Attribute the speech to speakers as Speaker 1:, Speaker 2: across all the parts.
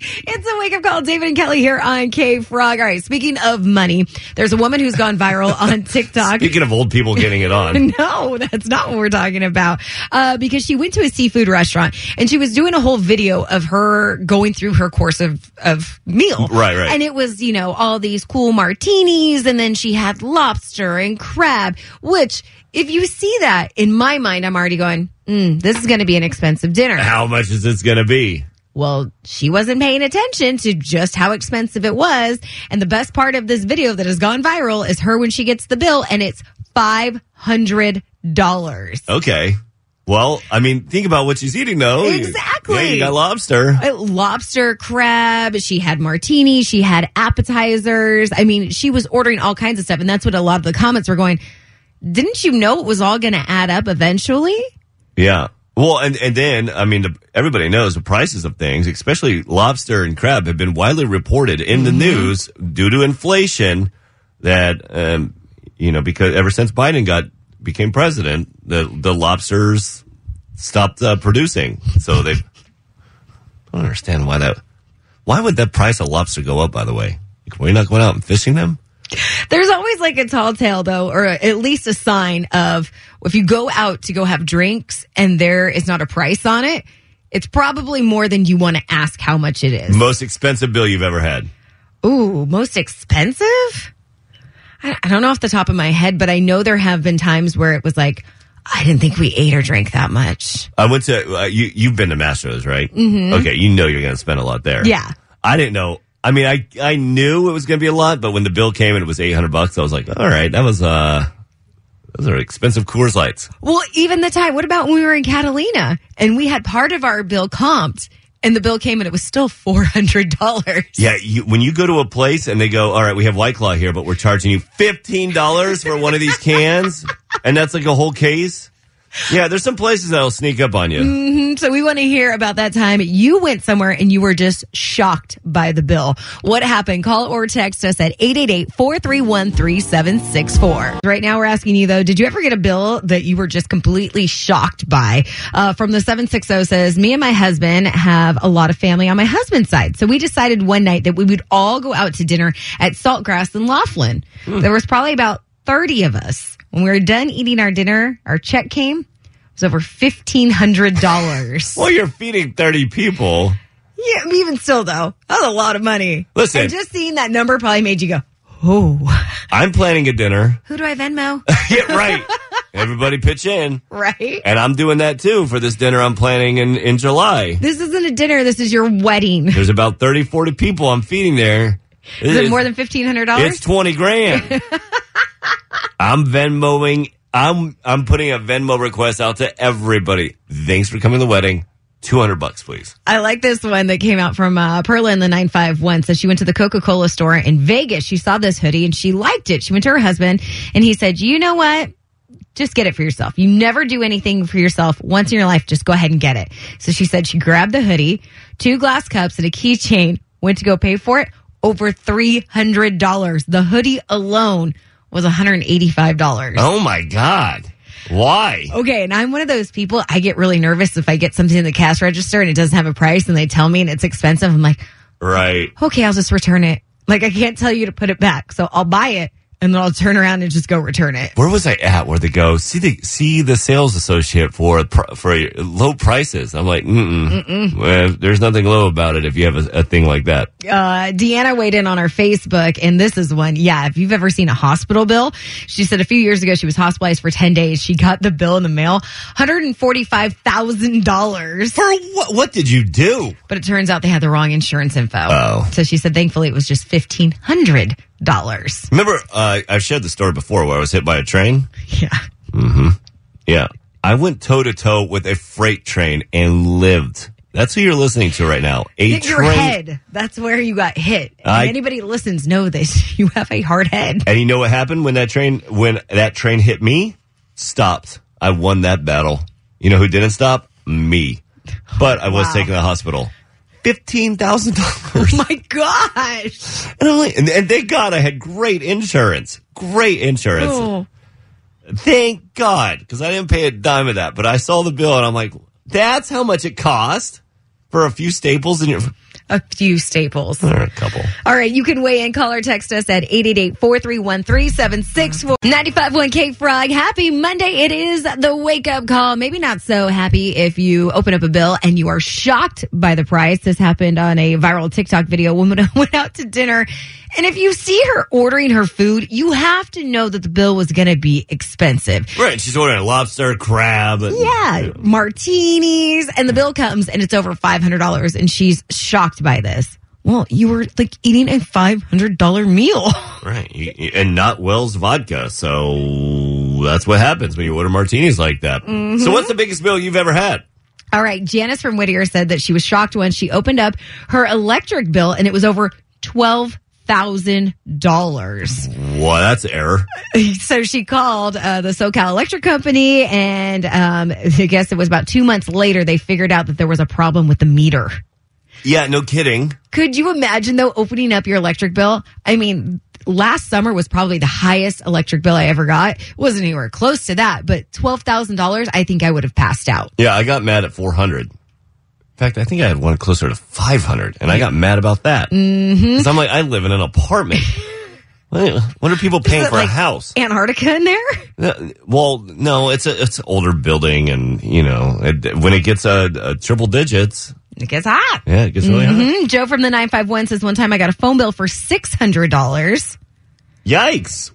Speaker 1: It's a wake up call. David and Kelly here on K Frog. All right, speaking of money, there's a woman who's gone viral on TikTok.
Speaker 2: Speaking of old people getting it on.
Speaker 1: no, that's not what we're talking about. Uh, because she went to a seafood restaurant and she was doing a whole video of her going through her course of, of meal.
Speaker 2: Right, right.
Speaker 1: And it was, you know, all these cool martinis and then she had lobster and crab, which if you see that in my mind, I'm already going, mm, this is going to be an expensive dinner.
Speaker 2: How much is this going to be?
Speaker 1: Well, she wasn't paying attention to just how expensive it was. And the best part of this video that has gone viral is her when she gets the bill and it's $500.
Speaker 2: Okay. Well, I mean, think about what she's eating though. You-
Speaker 1: Exactly.
Speaker 2: Yeah, you got lobster.
Speaker 1: Uh, Lobster, crab, she had martini, she had appetizers. I mean, she was ordering all kinds of stuff. And that's what a lot of the comments were going, didn't you know it was all going to add up eventually?
Speaker 2: Yeah. Well, and, and then, I mean, the, everybody knows the prices of things, especially lobster and crab, have been widely reported in the news due to inflation that, um, you know, because ever since Biden got, became president, the, the lobsters stopped uh, producing. So they, I don't understand why that, why would that price of lobster go up, by the way? Like, we're not going out and fishing them?
Speaker 1: There's always like a tall tale though, or at least a sign of if you go out to go have drinks and there is not a price on it, it's probably more than you want to ask how much it is.
Speaker 2: Most expensive bill you've ever had.
Speaker 1: Ooh, most expensive? I, I don't know off the top of my head, but I know there have been times where it was like, I didn't think we ate or drank that much.
Speaker 2: I went to uh, you. You've been to Mastros, right? Mm-hmm. Okay, you know you're going to spend a lot there.
Speaker 1: Yeah.
Speaker 2: I didn't know. I mean, I I knew it was going to be a lot, but when the bill came and it was eight hundred bucks, I was like, all right, that was uh, those are expensive Coors Lights.
Speaker 1: Well, even the time, what about when we were in Catalina and we had part of our bill comped and the bill came and it was still $400?
Speaker 2: Yeah, you, when you go to a place and they go, all right, we have White Claw here, but we're charging you fifteen dollars for one of these cans, and that's like a whole case. Yeah, there's some places that'll sneak up on you.
Speaker 1: So we want to hear about that time you went somewhere and you were just shocked by the bill. What happened? Call or text us at 888-431-3764. Right now we're asking you though, did you ever get a bill that you were just completely shocked by? Uh, from the 760 says, me and my husband have a lot of family on my husband's side. So we decided one night that we would all go out to dinner at Saltgrass in Laughlin. There was probably about 30 of us. When we were done eating our dinner, our check came. It was over fifteen hundred dollars.
Speaker 2: Well, you're feeding thirty people.
Speaker 1: yeah, even still though, that's a lot of money.
Speaker 2: Listen.
Speaker 1: and just seeing that number probably made you go, "Oh,
Speaker 2: I'm planning a dinner.
Speaker 1: who do I Venmo?"
Speaker 2: Yeah, right. Everybody pitch in.
Speaker 1: right?
Speaker 2: And I'm doing that too for this dinner I'm planning in, in July.
Speaker 1: This isn't a dinner. This is your wedding.
Speaker 2: There's about 30, 40 people I'm feeding there.
Speaker 1: Is it more than fifteen hundred
Speaker 2: It's
Speaker 1: dollars?
Speaker 2: 20 grand. I'm Venmoing. I'm I'm putting a Venmo request out to everybody. Thanks for coming to the wedding. 200 bucks, please.
Speaker 1: I like this one that came out from uh, Perla in the nine five one. Says she went to the Coca Cola store in Vegas. She saw this hoodie and she liked it. She went to her husband and he said, "You know what?" just get it for yourself. You never do anything for yourself once in your life. Just go ahead and get it. So she said she grabbed the hoodie, two glass cups, and a keychain, went to go pay for it. Over $300. The hoodie alone was $185.
Speaker 2: Oh my god. Why?
Speaker 1: Okay, and I'm one of those people, I get really nervous if I get something in the cash register and it doesn't have a price and they tell me and it's expensive. I'm like,
Speaker 2: Right.
Speaker 1: okay, I'll just return it. Like, I can't tell you to put it back. So I'll buy it and then I'll turn around and just go return it.
Speaker 2: Where was I at? Where they go? See the see the sales associate for pr- for low prices. I'm like, mm mm. Well, there's nothing low about it if you have a, a thing like that.
Speaker 1: uh, Deanna weighed in on our Facebook, and this is one. Yeah, if you've ever seen a hospital bill, she said a few years ago she was hospitalized for 10 days. She got the bill in the mail, $145,000.
Speaker 2: For what? What did you do?
Speaker 1: But it turns out they had the wrong insurance info.
Speaker 2: Oh.
Speaker 1: So she said thankfully it was just $1,500.
Speaker 2: Remember, uh, I've shared the story before where I was hit by a train.
Speaker 1: Yeah.
Speaker 2: Yeah, I went toe to toe with a freight train and lived. That's who you're listening to right now. A
Speaker 1: Hit your
Speaker 2: train-
Speaker 1: head. That's where you got hit. And
Speaker 2: I-
Speaker 1: anybody that listens know this. You have a hard head.
Speaker 2: And you know what happened when that train when that train hit me? Stopped. I won that battle. You know who didn't stop? Me. But I was
Speaker 1: Wow.
Speaker 2: taken to the hospital. Fifteen thousand dollars.
Speaker 1: Oh My gosh.
Speaker 2: And, I'm like- and, and thank God I had great insurance. Great insurance.
Speaker 1: Oh.
Speaker 2: Thank God, because I didn't pay a dime of that. But I saw the bill and I'm like, that's how much it cost for a few staples in your
Speaker 1: A few staples.
Speaker 2: or a couple.
Speaker 1: All right, you can weigh in, call or text us at 888-431-3764. 95.1 K Frog. Happy Monday. It is the wake up call. Maybe not so happy if you open up a bill and you are shocked by the price. This happened on a viral TikTok video. A woman went out to dinner. And if you see her ordering her food, you have to know that the bill was going to be expensive.
Speaker 2: Right. She's ordering lobster, crab. and-
Speaker 1: Yeah, martinis. And the bill comes and it's over $500 and she's shocked by this. Well, you were like eating a $500 meal.
Speaker 2: Right. You- you- And not Wells vodka. So that's what happens when you order martinis like that. So what's the biggest bill you've ever had?
Speaker 1: All right, Janice from Whittier said that she was shocked when she opened up her electric bill and it was over $12,000.
Speaker 2: Well, that's error.
Speaker 1: so she called uh, the SoCal Electric Company, and um, I guess it was about two months later they figured out that there was a problem with the meter.
Speaker 2: Yeah, no kidding.
Speaker 1: Could you imagine though opening up your electric bill? I mean, last summer was probably the highest electric bill I ever got. wasn't anywhere close to that, but twelve thousand dollars. I think I would have passed out.
Speaker 2: Yeah, I got mad at 400. In fact, I think I had one closer to 500, and I got mad about that. Mm-hmm. I'm like, I live in an apartment. What what are people paying
Speaker 1: But,
Speaker 2: for
Speaker 1: like,
Speaker 2: a house?
Speaker 1: Antarctica in there.
Speaker 2: Uh, Well, no, it's a it's an older building, and you know, it, when it gets a, a triple digits,
Speaker 1: It gets hot.
Speaker 2: yeah, it gets really high.
Speaker 1: Mm, Joe from the nine five one says one time I got a phone bill for six hundred dollars.
Speaker 2: Yikes!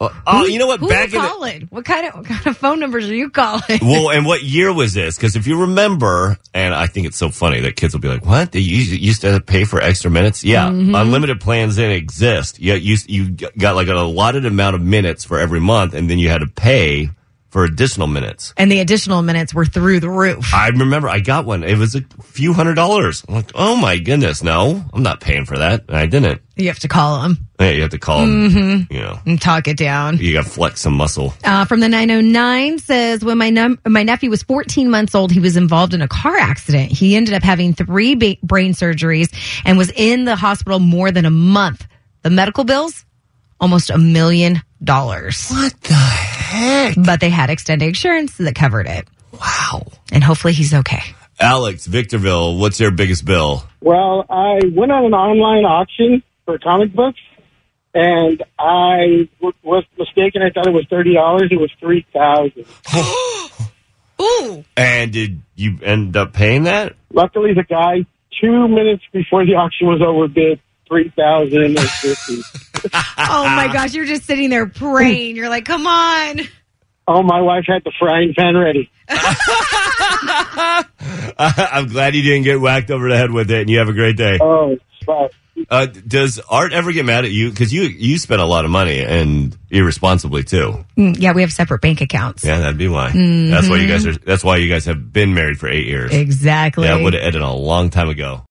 Speaker 2: Uh, oh, you know what?
Speaker 1: Who are
Speaker 2: Back in
Speaker 1: you
Speaker 2: the-
Speaker 1: calling? what kind of what kind of phone numbers are you calling?
Speaker 2: well, and what year was this? Because if you remember, and I think it's so funny that kids will be like, "What? They used, used to pay for extra minutes? Yeah, unlimited plans didn't exist. Yeah, you you got like an allotted amount of minutes for every month, and then you had to pay for additional minutes.
Speaker 1: and the additional minutes were through the roof.
Speaker 2: I remember I got one. It was a few hundred dollars. I'm like, oh my goodness, no, I'm not paying for that. And I didn't.
Speaker 1: You have to call them
Speaker 2: Yeah, you have to call them. You know,
Speaker 1: and talk it down.
Speaker 2: you got to flex some muscle.
Speaker 1: Uh, from the 909 says when my num- my nephew was 14 months old, he was involved in a car accident. He ended up having three ba- brain surgeries and was in the hospital more than a month. The medical bills almost a million dollars.
Speaker 2: What the heck?
Speaker 1: But they had extended insurance that covered it.
Speaker 2: Wow.
Speaker 1: And hopefully he's okay.
Speaker 2: Alex Victorville, what's your biggest bill?
Speaker 3: Well, I went on an online auction for comic books, and I w- was mistaken. I thought it was thirty dollars. It was three thousand.
Speaker 1: Ooh.
Speaker 2: And did you end up paying that?
Speaker 3: Luckily, the guy two minutes before the auction was over bid three thousand and fifty.
Speaker 1: Oh my gosh, you're just sitting there praying. You're like, "Come on."
Speaker 3: oh, my wife had the frying pan ready.
Speaker 2: I'm glad you didn't get whacked over the head with it, and you have a great day.
Speaker 1: Um,
Speaker 3: Oh, but
Speaker 2: Uh, does Art ever get mad at you? Because you you spent a lot of money and irresponsibly too.
Speaker 1: Mm, Yeah, we have separate bank accounts.
Speaker 2: Yeah, that'd be why. That's why you guys are. That's why you guys have been married for eight years.
Speaker 1: Exactly.
Speaker 2: Yeah, I would have ended a long time ago.